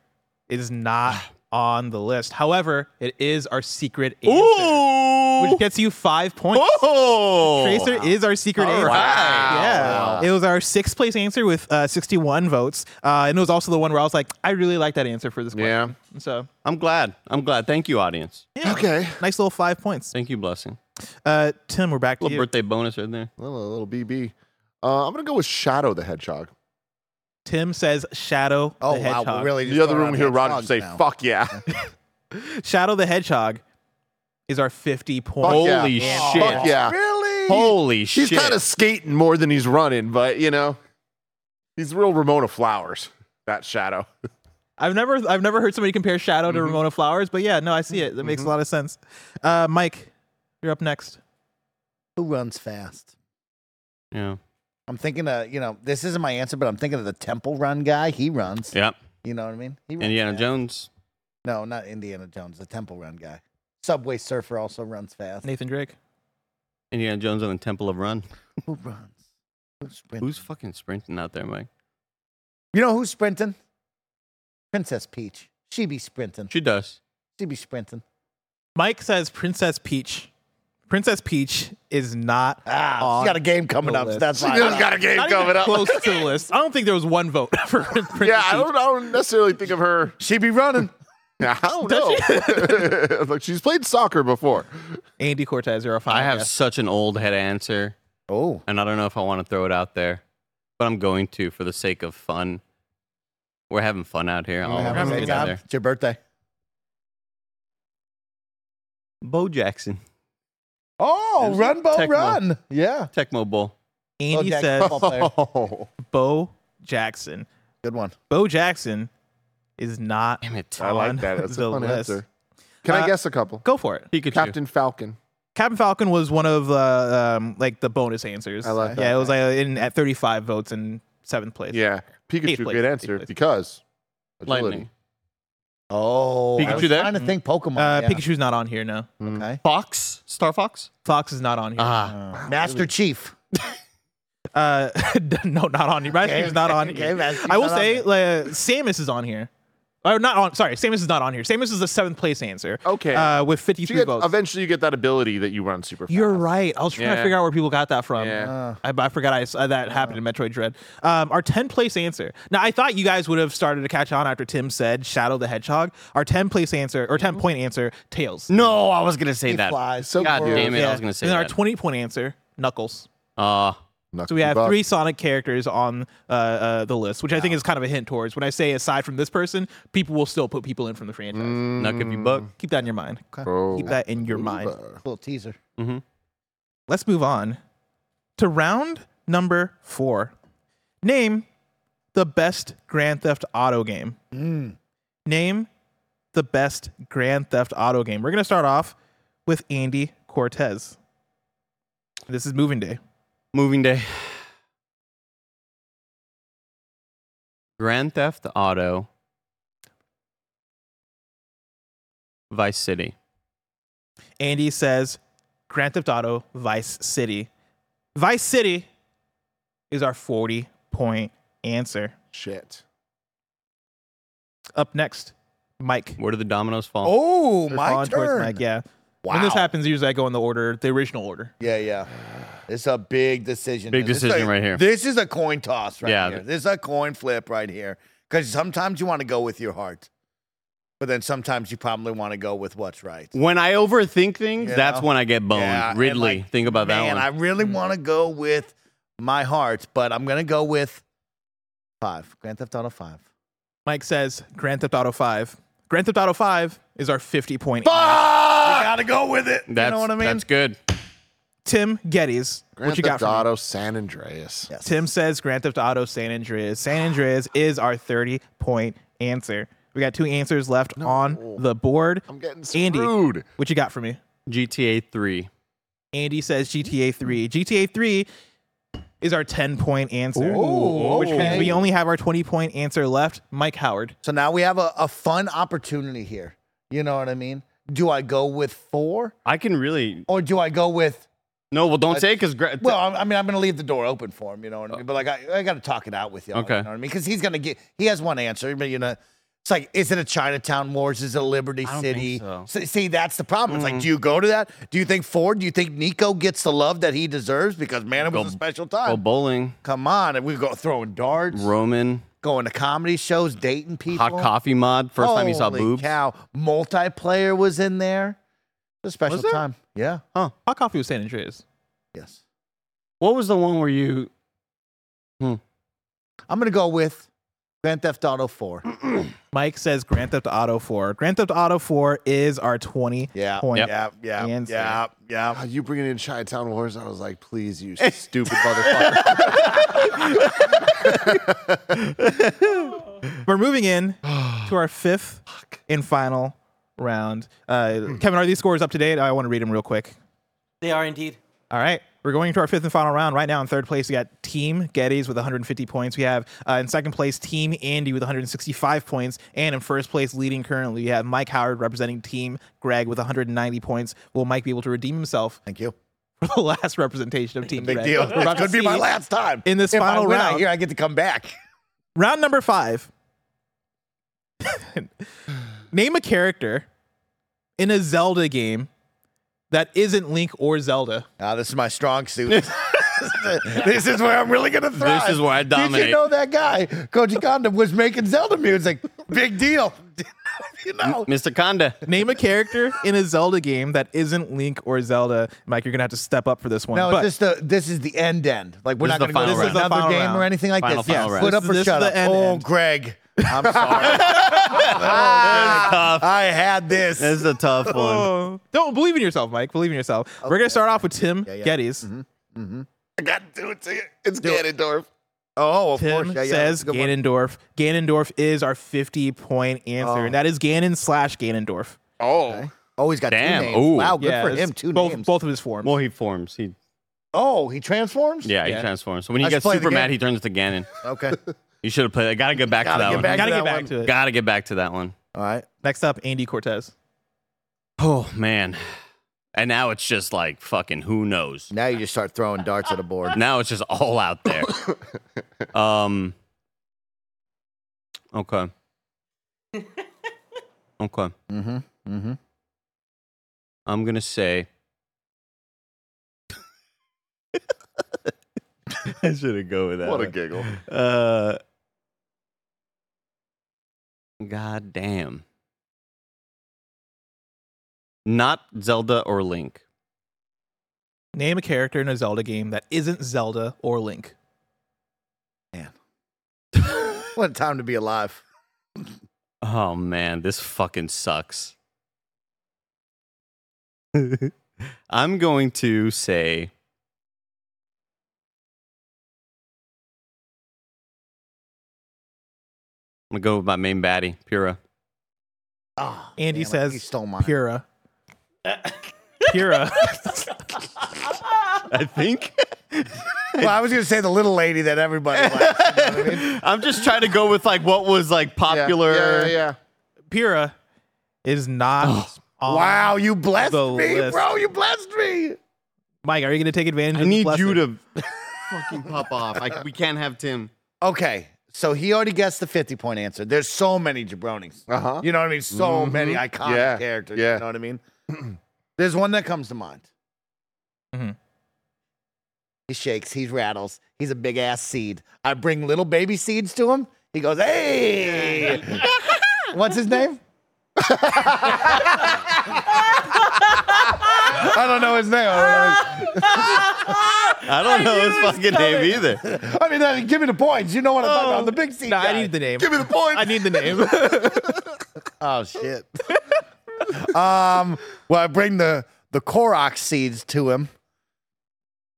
Speaker 1: is not on the list. However, it is our secret answer,
Speaker 3: Ooh!
Speaker 1: which gets you five points.
Speaker 3: Oh!
Speaker 1: Tracer is our secret
Speaker 3: All
Speaker 1: answer.
Speaker 3: right.
Speaker 1: Yeah. It was our sixth place answer with uh, 61 votes. Uh, and it was also the one where I was like, I really like that answer for this question.
Speaker 2: Yeah.
Speaker 1: So,
Speaker 3: I'm glad. I'm glad. Thank you, audience.
Speaker 2: Okay.
Speaker 1: nice little five points.
Speaker 3: Thank you, blessing.
Speaker 1: Uh, Tim, we're back to
Speaker 3: Little
Speaker 1: you.
Speaker 3: birthday bonus right there.
Speaker 2: Well, a little BB. Uh, I'm gonna go with Shadow the Hedgehog.
Speaker 1: Tim says Shadow
Speaker 4: Oh
Speaker 1: the
Speaker 4: wow,
Speaker 1: Hedgehog.
Speaker 4: we're really.
Speaker 2: The
Speaker 4: just
Speaker 2: other
Speaker 4: going
Speaker 2: room
Speaker 4: around
Speaker 2: here,
Speaker 4: with
Speaker 2: Roger,
Speaker 4: dogs
Speaker 2: say
Speaker 4: now.
Speaker 2: fuck yeah.
Speaker 1: Shadow the Hedgehog is our 50 point.
Speaker 2: Fuck yeah.
Speaker 3: Holy
Speaker 2: Yeah.
Speaker 3: shit.
Speaker 2: Fuck yeah.
Speaker 4: Really?
Speaker 3: Holy
Speaker 2: He's
Speaker 3: shit.
Speaker 2: kind of skating more than he's running, but you know, he's real Ramona Flowers. That Shadow.
Speaker 1: I've never I've never heard somebody compare Shadow
Speaker 3: Mm-hmm.
Speaker 1: to Ramona Flowers, but yeah, no, I see it. That makes a lot of sense. Uh, Mike, you're up next.
Speaker 4: Who runs fast?
Speaker 3: Yeah.
Speaker 4: I'm thinking of you know this isn't my answer, but I'm thinking of the Temple Run guy. He runs.
Speaker 3: Yep.
Speaker 4: You know what I mean? He runs
Speaker 3: Indiana
Speaker 4: fast.
Speaker 3: Jones.
Speaker 4: No, not Indiana Jones. The Temple Run guy. Subway Surfer also runs fast.
Speaker 1: Nathan Drake.
Speaker 3: Indiana Jones and the Temple of Run.
Speaker 4: Who runs? Who's sprinting?
Speaker 3: Who's fucking sprinting out there, Mike?
Speaker 4: you know who's sprinting? Princess Peach. She be sprinting.
Speaker 3: She does.
Speaker 4: She be sprinting.
Speaker 1: Mike says Princess Peach. Princess Peach is not
Speaker 4: Ah,
Speaker 1: on
Speaker 4: she got a game coming
Speaker 1: the
Speaker 4: up. So
Speaker 1: list.
Speaker 4: that's
Speaker 2: She
Speaker 4: why. I
Speaker 2: just
Speaker 4: thought-
Speaker 2: got a game
Speaker 1: not even
Speaker 2: coming up.
Speaker 1: close to the list. I don't think there was one vote for Princess
Speaker 2: Yeah, I
Speaker 1: Peach.
Speaker 2: don't, I don't necessarily think of her.
Speaker 4: She be running.
Speaker 2: I don't know. Look, she's played soccer before.
Speaker 1: Andy Cortez, you're our final
Speaker 3: I have
Speaker 1: guest.
Speaker 3: such an old head answer,
Speaker 4: Oh,
Speaker 3: and I don't know if I want to throw it out there, but I'm going to for the sake of fun. We're having fun out here. I'll
Speaker 1: having
Speaker 3: throw
Speaker 1: a
Speaker 3: it
Speaker 1: good
Speaker 3: out
Speaker 1: time.
Speaker 3: there.
Speaker 4: it's your birthday.
Speaker 3: Bo Jackson,
Speaker 4: Oh,
Speaker 3: There's
Speaker 4: run, Bo,
Speaker 3: Tecmo.
Speaker 4: run. Yeah.
Speaker 3: Tecmo Bowl.
Speaker 1: Andy
Speaker 4: Bo Jackson
Speaker 1: says
Speaker 4: football player.
Speaker 2: Oh,
Speaker 1: Bo Jackson.
Speaker 4: Good one.
Speaker 1: Bo Jackson is not
Speaker 3: Damn it.
Speaker 2: I like
Speaker 1: on
Speaker 2: that. That's a
Speaker 1: the
Speaker 2: fun
Speaker 1: list.
Speaker 2: answer. Can
Speaker 1: Uh,
Speaker 2: I guess a couple?
Speaker 1: Go for it.
Speaker 3: Pikachu.
Speaker 2: Captain Falcon.
Speaker 1: Captain Falcon was one of the um, like the bonus answers.
Speaker 2: I like that.
Speaker 1: Yeah, it was like in at 35 votes in seventh place.
Speaker 2: Yeah,
Speaker 1: Eighth
Speaker 2: Pikachu.
Speaker 1: place, eighth
Speaker 2: Good answer
Speaker 1: place.
Speaker 2: because agility.
Speaker 3: Lightning.
Speaker 4: Oh, I
Speaker 3: Pikachu
Speaker 4: was
Speaker 3: there?
Speaker 4: trying to think Pokemon.
Speaker 1: Uh,
Speaker 4: yeah.
Speaker 1: Pikachu's not on here. No,
Speaker 2: Mm.
Speaker 4: Okay.
Speaker 3: Fox? Star Fox?
Speaker 1: Fox is not on here.
Speaker 3: Ah.
Speaker 4: Master Chief.
Speaker 1: Uh, no, not on here. Master
Speaker 4: Okay,
Speaker 1: Chief's not on
Speaker 4: okay,
Speaker 1: here.
Speaker 4: Master Chief's
Speaker 1: I will
Speaker 4: not on
Speaker 1: say,
Speaker 4: there.
Speaker 1: like, uh, Samus is on here. Or not on. Sorry, Samus is not on here. Samus is the seventh place answer.
Speaker 2: Okay.
Speaker 1: Uh, with
Speaker 2: So
Speaker 1: 53
Speaker 2: you get-
Speaker 1: votes.
Speaker 2: eventually, you get that ability that you run super fast.
Speaker 1: You're right. I was trying to
Speaker 2: Yeah.
Speaker 1: figure out where people got that from.
Speaker 2: Yeah.
Speaker 4: Uh,
Speaker 1: I, I forgot I, saw that happened in Metroid Dread. Um, our 10 place answer. Now, I thought you guys would have started to catch on after Tim said Shadow the Hedgehog. Our 10 place answer, or 10 point answer, Tails.
Speaker 3: No, I was going to say
Speaker 4: he
Speaker 3: that.
Speaker 4: flies.
Speaker 2: So
Speaker 3: God
Speaker 2: close.
Speaker 3: damn it.
Speaker 1: Yeah.
Speaker 3: I was going to say
Speaker 1: And then our
Speaker 3: that.
Speaker 1: 20 point answer, Knuckles.
Speaker 3: Ah.
Speaker 2: Knuckles
Speaker 1: So we have
Speaker 2: and Buck.
Speaker 1: three Sonic characters on uh, uh, the list, which I think is kind of a hint towards when I say aside from this person, people will still put people in from the franchise.
Speaker 3: Knuck Mm. if you buck.
Speaker 1: Keep that in your mind.
Speaker 2: Bro.
Speaker 1: Keep that in your mind.
Speaker 4: Little teaser.
Speaker 3: Mm-hmm.
Speaker 1: Let's move on to round number four. Name the best Grand Theft Auto game. Name the best Grand Theft Auto game. We're going to start off with Andy Cortez. This is moving day.
Speaker 3: Moving day. Grand Theft Auto. Vice City.
Speaker 1: Andy says Grand Theft Auto Vice City. Vice City is our 40 point answer.
Speaker 2: Shit.
Speaker 1: Up next, Mike.
Speaker 3: Where do the dominoes fall?
Speaker 4: Oh,
Speaker 1: We're
Speaker 4: my
Speaker 1: falling towards
Speaker 4: turn.
Speaker 1: Mike, yeah.
Speaker 4: Wow.
Speaker 1: When this happens, usually I go in the order, the original order.
Speaker 4: Yeah, yeah. It's a big decision.
Speaker 3: Big
Speaker 4: This is
Speaker 3: decision
Speaker 4: a-
Speaker 3: right here.
Speaker 4: This is a coin toss right
Speaker 3: Yeah.
Speaker 4: here. This is a coin flip right here. Because sometimes you want to go with your heart, but then sometimes you probably want to go with what's right.
Speaker 3: When I overthink things,
Speaker 4: You
Speaker 3: that's
Speaker 4: know?
Speaker 3: when I get boned.
Speaker 4: Yeah, and
Speaker 3: Ridley,
Speaker 4: like,
Speaker 3: think about that
Speaker 4: Man,
Speaker 3: one.
Speaker 4: I really want to go with my heart, but I'm gonna go with five. Grand Theft Auto Five.
Speaker 1: Mike says Grand Theft Auto 5. Grand Theft Auto 5 is our 50 point.
Speaker 3: Ah!
Speaker 4: You gotta go with it.
Speaker 3: that's,
Speaker 4: you know what I mean?
Speaker 3: That's good.
Speaker 1: Tim Geddes,
Speaker 2: Grand
Speaker 1: what you got
Speaker 2: Theft
Speaker 1: for me?
Speaker 2: Auto San Andreas.
Speaker 4: Yes.
Speaker 1: Tim says Grand Theft Auto San Andreas. San Andreas is our 30 point answer. We got two answers left on the board.
Speaker 2: I'm getting
Speaker 1: Andy,
Speaker 2: screwed.
Speaker 1: what you got for me?
Speaker 3: GTA 3.
Speaker 1: Andy says GTA 3. GTA 3 is our 10 point answer, which means we only have our 20 point answer left. Mike Howard.
Speaker 4: So now we have a, a fun opportunity here. You know what I mean? Do I go with four
Speaker 3: I can really.
Speaker 4: or do I go with?
Speaker 3: No, well, don't say because. Gra-
Speaker 4: Well, I I mean, I'm going to leave the door open for him. You know what I mean? But like, I, I got to talk it out with you.
Speaker 3: Okay.
Speaker 4: You know what I mean? Because he's going to get. He has one answer, but you know, It's like, is it a Chinatown Wars? Is it a Liberty
Speaker 3: don't think
Speaker 4: City?
Speaker 3: so. Mm-hmm.
Speaker 4: S- See, that's the problem. It's like, do you go to that? Do you think Ford? Do you think Nico gets the love that he deserves? Because man, it was
Speaker 3: Go-
Speaker 4: a special
Speaker 3: Go
Speaker 4: time.
Speaker 3: bowling,
Speaker 4: Come on, and we go throwing darts,
Speaker 3: Roman,
Speaker 4: going to comedy shows, dating people.
Speaker 3: hot coffee mod. First time you saw
Speaker 4: Holy
Speaker 3: boobs.
Speaker 4: Cow, multiplayer was in there. It was a special
Speaker 1: Was there?
Speaker 4: time. Yeah.
Speaker 1: Hot coffee with San Andreas.
Speaker 4: Yes.
Speaker 3: What was the one where you?
Speaker 4: I'm gonna go with Grand Theft Auto 4.
Speaker 1: Mike says Grand Theft Auto 4. Grand Theft Auto 4 is our 20
Speaker 4: Yeah.
Speaker 1: point.
Speaker 4: Yeah. Yeah.
Speaker 1: Answer.
Speaker 4: Yeah. Yeah.
Speaker 2: God, you bringing in Chinatown Wars, I was like, please, you stupid motherfucker.
Speaker 1: We're moving in to our fifth and final round. Uh, Kevin, are these scores up to date? I want to read them real quick.
Speaker 5: They are indeed.
Speaker 1: All right. We're going into our fifth and final round. Right now in third place, we got Team Gettys with 150 points. We have uh, in second place Team Andy with 165 points. And in first place, leading currently, we have Mike Howard representing Team Greg with 190 points. Will Mike be able to redeem himself
Speaker 4: Thank you.
Speaker 1: for the last representation of Team
Speaker 4: Big
Speaker 1: Greg?
Speaker 4: deal.
Speaker 1: We're about
Speaker 4: It
Speaker 1: to
Speaker 4: could be my
Speaker 1: see-
Speaker 4: last time.
Speaker 1: in this
Speaker 4: If
Speaker 1: final
Speaker 4: I win
Speaker 1: round.
Speaker 4: out here, I get to come back.
Speaker 1: Round number five. Name a character in a Zelda game that isn't Link or Zelda.
Speaker 4: Ah, this is my strong suit. this is where I'm really gonna thrive.
Speaker 3: is where I
Speaker 4: Did
Speaker 3: dominate.
Speaker 4: you know that guy, Koji Kondo, was making Zelda music? Big deal. you know.
Speaker 3: Mr. Conda.
Speaker 1: Name a character in a Zelda game that isn't Link or Zelda. Mike, you're gonna have to step up for this one.
Speaker 4: No,
Speaker 1: but
Speaker 4: this the this is the end end. Like we're
Speaker 3: This is the
Speaker 4: not going
Speaker 3: final
Speaker 4: to
Speaker 3: round.
Speaker 4: go to
Speaker 1: This is the
Speaker 4: another
Speaker 1: final
Speaker 4: game or
Speaker 1: round.
Speaker 4: anything like
Speaker 3: Final,
Speaker 4: this.
Speaker 3: final
Speaker 4: Yes,
Speaker 3: round.
Speaker 4: put
Speaker 1: This
Speaker 4: up
Speaker 1: is-
Speaker 4: or
Speaker 1: this is
Speaker 4: shut
Speaker 1: the
Speaker 4: up.
Speaker 1: end
Speaker 4: oh,
Speaker 1: end.
Speaker 4: Greg, I'm sorry. I had this.
Speaker 3: This is a tough one.
Speaker 1: Oh, don't believe in yourself, Mike. Believe in yourself. We're gonna start off with Tim
Speaker 4: yeah. Mm-hmm.
Speaker 1: Geddes.
Speaker 2: I gotta do it to you. It's Ganondorf.
Speaker 4: oh, of
Speaker 1: Tim
Speaker 4: course. Yeah, yeah,
Speaker 1: says
Speaker 4: that's a good one.
Speaker 1: Ganondorf. Ganondorf is our 50 point answer, and that is Ganon slash Ganondorf.
Speaker 2: Oh.
Speaker 4: Oh, he's got
Speaker 3: Damn.
Speaker 4: two names.
Speaker 3: Ooh.
Speaker 4: Wow, good
Speaker 1: Yeah,
Speaker 4: for
Speaker 1: it's
Speaker 4: him. Two
Speaker 1: both,
Speaker 4: names.
Speaker 1: Both of his forms.
Speaker 3: Well, he forms. He
Speaker 4: Oh, he transforms.
Speaker 3: yeah, he
Speaker 1: Yeah.
Speaker 3: transforms. So when he
Speaker 4: I should
Speaker 3: gets
Speaker 4: play the
Speaker 3: super mad,
Speaker 4: game.
Speaker 3: he turns to Ganon.
Speaker 4: Okay.
Speaker 3: You should have played. I gotta get back
Speaker 4: Gotta
Speaker 3: to that
Speaker 4: get
Speaker 3: one.
Speaker 4: back
Speaker 1: Gotta
Speaker 4: to
Speaker 1: get
Speaker 4: that
Speaker 1: back
Speaker 4: one.
Speaker 1: to it.
Speaker 3: Gotta get back to that one.
Speaker 4: All right.
Speaker 1: Next up, Andy Cortez.
Speaker 3: Oh man. And now it's just like fucking who knows.
Speaker 4: Now you just start throwing darts at a board.
Speaker 3: Now it's just all out there. um Okay. Okay.
Speaker 4: Mm-hmm. Mm-hmm.
Speaker 3: I'm gonna say I should have go with that.
Speaker 2: What a
Speaker 3: one.
Speaker 2: giggle.
Speaker 3: Uh, God damn. Not Zelda or Link.
Speaker 1: Name a character in a Zelda game that isn't Zelda or Link.
Speaker 4: What a time to be alive.
Speaker 3: Oh man, this fucking sucks. I'm going to say. I'm gonna go with my main baddie, Pura.
Speaker 4: Oh,
Speaker 1: Ah, Andy
Speaker 4: damn it.
Speaker 1: says
Speaker 4: he stole mine.
Speaker 1: Pura. Pura.
Speaker 3: I think.
Speaker 4: Well, I was gonna say the little lady that everybody likes. you know what I mean?
Speaker 3: I'm just trying to go with like what was like popular.
Speaker 2: Yeah, yeah, yeah.
Speaker 1: Pura is not. on-
Speaker 4: Oh. Wow, you blessed
Speaker 1: The
Speaker 4: me,
Speaker 1: list.
Speaker 4: bro. You blessed me.
Speaker 1: Mike, are you going to take advantage
Speaker 3: I
Speaker 1: of
Speaker 3: need
Speaker 1: this
Speaker 3: you
Speaker 1: lesson?
Speaker 3: to fucking pop off. I, we can't have Tim.
Speaker 4: Okay, so he already guessed the fifty-point answer. There's so many jabronis.
Speaker 2: Uh-huh.
Speaker 4: You know what I mean? So
Speaker 1: Mm-hmm.
Speaker 4: many iconic
Speaker 2: Yeah,
Speaker 4: characters.
Speaker 2: yeah.
Speaker 4: You know what I mean? There's one that comes to mind.
Speaker 1: Mhm.
Speaker 4: He shakes, he rattles, he's a big ass seed. I bring little baby seeds to him. He goes, hey. What's his name? I don't know his name. I,
Speaker 3: I don't know his fucking name either.
Speaker 4: don't know. I mean, uh, give me the points. You know what I'm talking about. The big seed.
Speaker 1: No, I
Speaker 4: guy.
Speaker 1: need the name.
Speaker 2: Give me the point.
Speaker 1: I need the name.
Speaker 4: Oh shit. um. Well, I bring the the Korok seeds to him.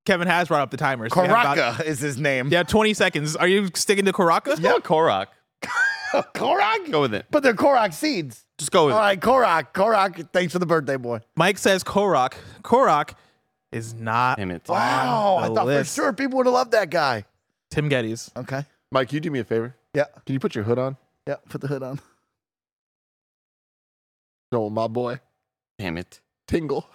Speaker 1: Kevin has brought up the timer. so you have about-
Speaker 4: Koraka is his name.
Speaker 1: yeah, 20 seconds. Are you sticking to Karaka?
Speaker 3: Yeah, Korok.
Speaker 4: Korok.
Speaker 3: Go with it.
Speaker 4: But they're Korok seeds.
Speaker 3: Just go with
Speaker 4: All right, Korok. Korok. Thanks for the birthday, boy.
Speaker 1: Mike says Korok. Korok is not
Speaker 3: it. Damn it.
Speaker 4: Wow.
Speaker 1: the
Speaker 4: I thought
Speaker 1: list.
Speaker 4: for sure people would have loved that guy.
Speaker 1: Tim Geddes.
Speaker 4: Okay.
Speaker 2: Mike, you do me a favor.
Speaker 4: Yeah.
Speaker 2: Can you put your hood on?
Speaker 4: Yeah. Put the hood on.
Speaker 2: No, my boy.
Speaker 3: Damn it.
Speaker 2: Tingle.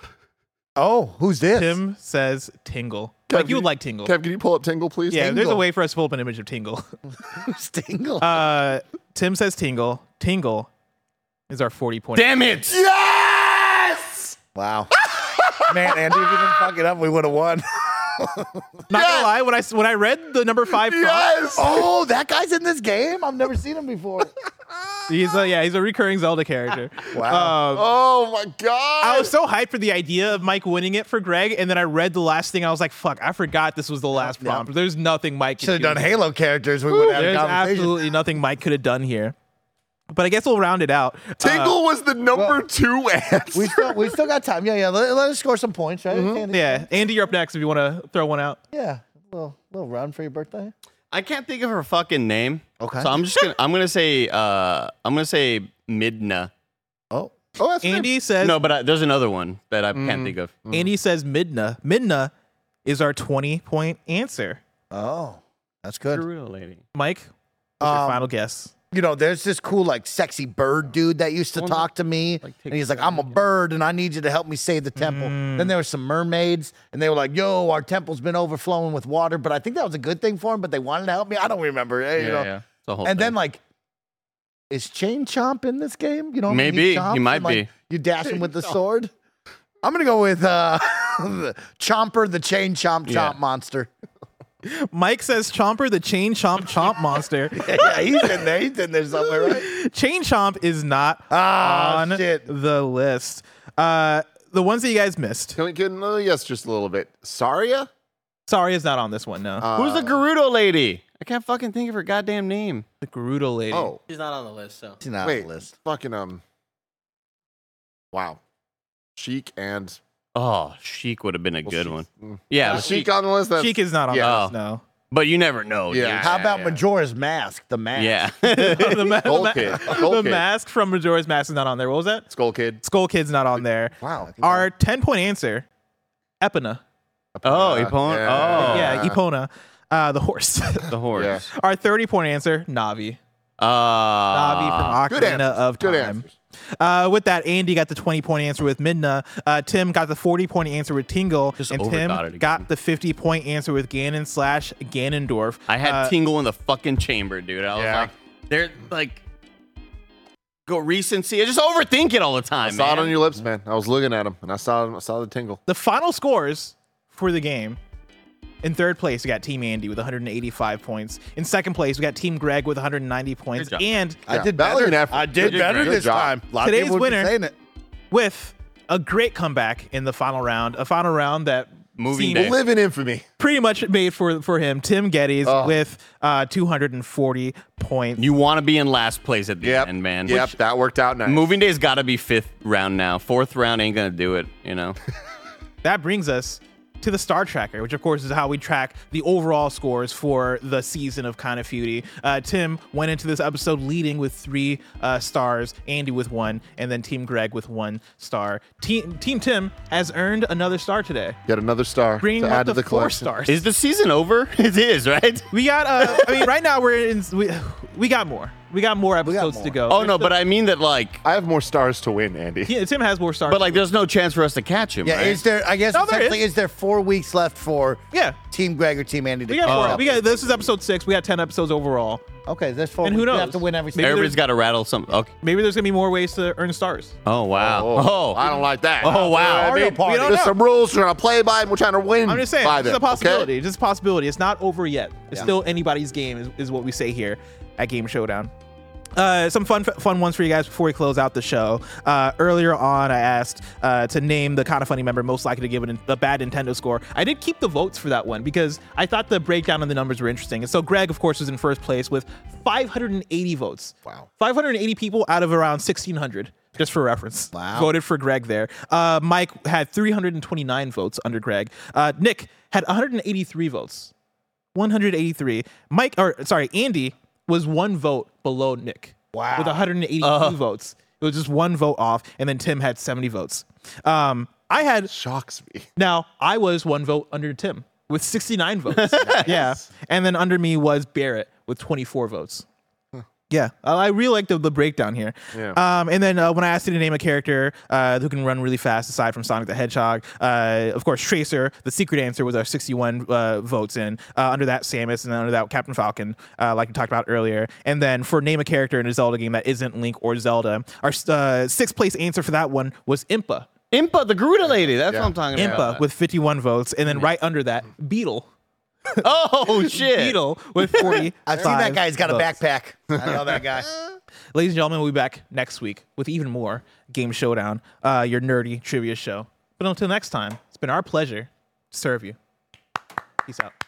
Speaker 4: Oh, who's this?
Speaker 1: Tim says Tingle. Like you would like Tingle.
Speaker 2: Kev, can you pull up Tingle, please?
Speaker 1: yeah, there's a
Speaker 2: Tingle.
Speaker 1: way for us to pull up an image of Tingle.
Speaker 4: Stingle.
Speaker 1: Uh, Tim says Tingle. Tingle is our 40 point.
Speaker 3: Damn it!
Speaker 4: wow. Man, Andy, if you didn't fuck it up, we would have won.
Speaker 1: Not gonna lie, when I s- when I read the number five, prompt,
Speaker 2: Yes!
Speaker 4: oh, that guy's in this game. I've never seen him before.
Speaker 1: he's a yeah, he's a recurring Zelda character.
Speaker 4: Wow.
Speaker 1: Um,
Speaker 2: Oh my god!
Speaker 1: I was so hyped for the idea of Mike winning it for Greg, and then I read the last thing. I was like, "Fuck! I forgot this was the last prompt." There's nothing Mike
Speaker 4: Should have
Speaker 1: do.
Speaker 4: done Halo characters. We would have had
Speaker 1: There's
Speaker 4: a conversation.
Speaker 1: absolutely nothing Mike could have done here. But I guess we'll round it out. Uh,
Speaker 2: Tingle was the number
Speaker 4: well-
Speaker 2: two answer.
Speaker 4: We still, we still got time. Yeah, yeah. Let, let us score some points, right? Andy?
Speaker 1: yeah, Andy, you're up next if you want to throw one out.
Speaker 4: Yeah. Little, little run for your birthday.
Speaker 3: I can't think of her fucking name.
Speaker 4: Okay.
Speaker 3: So I'm just gonna I'm gonna say uh I'm gonna say Midna.
Speaker 4: Oh.
Speaker 2: oh, that's Andy.
Speaker 1: Andy says
Speaker 3: No, but I, there's another one that I can't think of.
Speaker 1: Andy says Midna. Midna is our 20 point answer.
Speaker 4: Oh. That's good.
Speaker 3: Real lady.
Speaker 1: Mike, what's your
Speaker 4: Um,
Speaker 1: final guess?
Speaker 4: You know, there's this cool, like, sexy bird dude that used to talk to me.
Speaker 3: like, take
Speaker 4: and he's like, I'm a bird and I need you to help me save the temple. Then there were some mermaids and they were like, yo, our temple's been overflowing with water. But I think that was a good thing for him, but they wanted to help me. I don't remember. eh,
Speaker 3: Yeah,
Speaker 4: you know.
Speaker 3: yeah. It's a whole
Speaker 4: And
Speaker 3: thing.
Speaker 4: then like, is Chain Chomp in this game? You know, when
Speaker 3: Maybe. He
Speaker 4: chomps
Speaker 3: might
Speaker 4: and,
Speaker 3: be.
Speaker 4: like, You dash him with the sword. I'm gonna go with uh, Chomper, the Chain Chomp Chomp
Speaker 3: Yeah.
Speaker 4: monster.
Speaker 1: Mike says Chomper, the chain chomp chomp monster.
Speaker 4: yeah, he's in there. He's in there somewhere, right?
Speaker 1: Chain chomp is not
Speaker 2: Oh,
Speaker 4: Ah,
Speaker 1: on
Speaker 4: shit.
Speaker 1: the list. Uh, the ones that you guys missed.
Speaker 2: Can we get another yes just a little bit? Saria?
Speaker 1: Sorry, is not on this one. No,
Speaker 2: Uh,
Speaker 3: Who's the Gerudo lady? I can't fucking think of her goddamn name.
Speaker 1: the Gerudo lady.
Speaker 2: Oh,
Speaker 5: She's not on the list, so.
Speaker 4: He's not
Speaker 2: wait.
Speaker 4: on the list.
Speaker 2: Fucking um. Wow. Sheik and
Speaker 3: Oh, Sheik would have been a
Speaker 2: well,
Speaker 3: good
Speaker 2: Sheik-
Speaker 3: one.
Speaker 2: Mm.
Speaker 3: Yeah,
Speaker 2: Is
Speaker 3: but,
Speaker 2: Sheik on the list. That's,
Speaker 1: Sheik is not on
Speaker 2: yeah.
Speaker 1: the list. No,
Speaker 3: but you never know.
Speaker 2: Yeah.
Speaker 3: dude.
Speaker 4: How about
Speaker 2: yeah.
Speaker 4: Majora's Mask? The mask.
Speaker 3: Yeah.
Speaker 1: the, ma- the
Speaker 2: Skull
Speaker 1: ma-
Speaker 2: Kid. Skull
Speaker 1: the
Speaker 2: Kid.
Speaker 1: mask from Majora's Mask is not on there. What was that?
Speaker 2: Skull Kid.
Speaker 1: Skull Kid's not on there.
Speaker 2: Wow.
Speaker 1: Our 10 point answer, Epona.
Speaker 3: oh,
Speaker 2: Yeah.
Speaker 3: Epon.
Speaker 2: Yeah.
Speaker 3: Oh,
Speaker 1: yeah, Epona, uh, the horse.
Speaker 3: the horse.
Speaker 2: Yeah.
Speaker 1: Our 30 point answer, Navi.
Speaker 3: oh. Uh,
Speaker 1: Navi from
Speaker 2: Ah, Good
Speaker 1: Ocarina
Speaker 2: answers.
Speaker 1: of
Speaker 2: Good
Speaker 1: Time.
Speaker 2: answers.
Speaker 1: Uh, with that, Andy got the 20 point answer with Midna. Uh, Tim got the 40 point answer with Tingle.
Speaker 3: Just
Speaker 1: and Tim
Speaker 3: overthought it again.
Speaker 1: got the 50 point answer with Ganon slash Ganondorf.
Speaker 3: I had
Speaker 1: Uh,
Speaker 3: Tingle in the fucking chamber, dude. I was
Speaker 2: Yeah.
Speaker 3: like, they're like, go recency. I just overthink it all the
Speaker 2: I
Speaker 3: time.
Speaker 2: saw it
Speaker 3: man.
Speaker 2: on your lips, man. I was looking at him and I saw him. I saw the tingle.
Speaker 1: the final scores for the game. In third place, we got Team Andy with 185 points. In second place, we got Team Greg with 190 points.
Speaker 3: job.
Speaker 1: And
Speaker 4: I
Speaker 2: Yeah,
Speaker 4: did
Speaker 2: valiant
Speaker 4: better.
Speaker 2: effort.
Speaker 4: I
Speaker 2: You
Speaker 4: did
Speaker 2: did
Speaker 4: better
Speaker 2: great.
Speaker 4: this
Speaker 2: Good job.
Speaker 4: time. A lot
Speaker 1: Today's
Speaker 4: of people would be
Speaker 1: winner-
Speaker 4: saying it.
Speaker 1: with a great comeback in the final round, a final round that
Speaker 3: Moving
Speaker 1: seemed
Speaker 3: day.
Speaker 2: Live in infamy.
Speaker 1: pretty much made for for him. Tim Geddes
Speaker 2: Oh.
Speaker 1: with uh, 240 points.
Speaker 3: You want to be in last place at the
Speaker 2: Yep.
Speaker 3: end, man.
Speaker 2: Yep. that worked out nice.
Speaker 3: Moving day's got to be fifth round now. Fourth round ain't gonna do it, you know.
Speaker 1: that brings us to the star tracker, which of course is how we track the overall scores for the season of Kind of Feudy. Uh, Tim went into this episode leading with three uh, stars, Andy with one, and then Team Greg with one star. Team Team Tim has earned another star today,
Speaker 2: Get another star
Speaker 1: bringing
Speaker 2: to
Speaker 1: up
Speaker 2: add
Speaker 1: to
Speaker 2: to the
Speaker 1: four
Speaker 2: collection.
Speaker 1: stars.
Speaker 3: Is the season over? It is, right?
Speaker 1: we got. Uh, I mean, right now we're in. We, we got more. We got more episodes
Speaker 4: got
Speaker 1: to
Speaker 4: more.
Speaker 1: go.
Speaker 3: Oh no, but I mean that like,
Speaker 2: I have more stars to win, Andy.
Speaker 1: Yeah, Tim has more stars.
Speaker 3: but like, there's no chance for us to catch him.
Speaker 4: Yeah,
Speaker 3: right?
Speaker 4: is there? I guess
Speaker 1: No, there
Speaker 4: essentially,
Speaker 1: is.
Speaker 4: is. there four weeks left for
Speaker 1: Yeah.
Speaker 4: Team Greg or Team Andy? To
Speaker 1: we got
Speaker 4: catch
Speaker 1: four.
Speaker 4: up?
Speaker 1: We got this is episode six. We got ten episodes overall.
Speaker 4: Okay, there's four.
Speaker 1: And who
Speaker 4: weeks.
Speaker 1: knows?
Speaker 4: We have to win every.
Speaker 1: Maybe
Speaker 4: single
Speaker 3: Everybody's got to rattle something. Okay.
Speaker 1: Maybe there's gonna be more ways to earn stars.
Speaker 3: Oh wow.
Speaker 2: Oh,
Speaker 3: Oh,
Speaker 2: I don't like that.
Speaker 3: Oh, wow.
Speaker 2: You know what I
Speaker 1: Mario
Speaker 2: mean?
Speaker 1: Party. We don't
Speaker 2: There's
Speaker 1: know.
Speaker 2: some rules we're trying to play by, and we're trying to win.
Speaker 1: I'm just saying,
Speaker 2: by
Speaker 1: it's a
Speaker 2: them, okay?
Speaker 1: possibility. It's just a possibility. It's not over yet. It's
Speaker 4: Yeah.
Speaker 1: still anybody's game, is, is what we say here at Game Showdown. Uh, some fun fun ones for you guys before we close out the show. Uh, earlier on, I asked uh, to name the kind of funny member most likely to give an, a bad Nintendo score. I did keep the votes for that one because I thought the breakdown of the numbers were interesting. And so Greg, of course, was in first place with 580 votes.
Speaker 4: Wow.
Speaker 1: 580 people out of around 1,600, just for reference.
Speaker 4: Wow.
Speaker 1: Voted for Greg there. Uh, Mike had 329 votes under Greg. Uh, Nick had 183 votes. 183. Mike, or sorry, Andy was one vote below Nick.
Speaker 4: Wow.
Speaker 1: With 182 votes. It was just one vote off, and then Tim had 70 votes. Um, I had
Speaker 2: Shocks me.
Speaker 1: now I was one vote under Tim with 69 votes. Yeah, and then under me was Barrett with 24 votes. Yeah, I I really like the, the breakdown here.
Speaker 2: Yeah.
Speaker 1: Um, and then uh, when I asked you to name a character uh, who can run really fast, aside from Sonic the Hedgehog, uh, of course Tracer, the secret answer was our 61 uh, votes in. Uh, under that, Samus, and then under that, Captain Falcon, uh, like we talked about earlier. And then for name a character in a Zelda game that isn't Link or Zelda, our uh, sixth place answer for that one was Impa.
Speaker 3: Impa, the Garuda lady. That's what I'm talking about.
Speaker 1: Impa with 51 votes, and then right under that, Beetle.
Speaker 3: Oh shit.
Speaker 1: Beetle with 40.
Speaker 4: I've seen that guy. He's got a
Speaker 1: votes.
Speaker 4: backpack. I know that guy.
Speaker 1: Ladies and gentlemen, we'll be back next week with even more Game Showdown, uh, your nerdy trivia show. But until next time, it's been our pleasure to serve you. Peace out.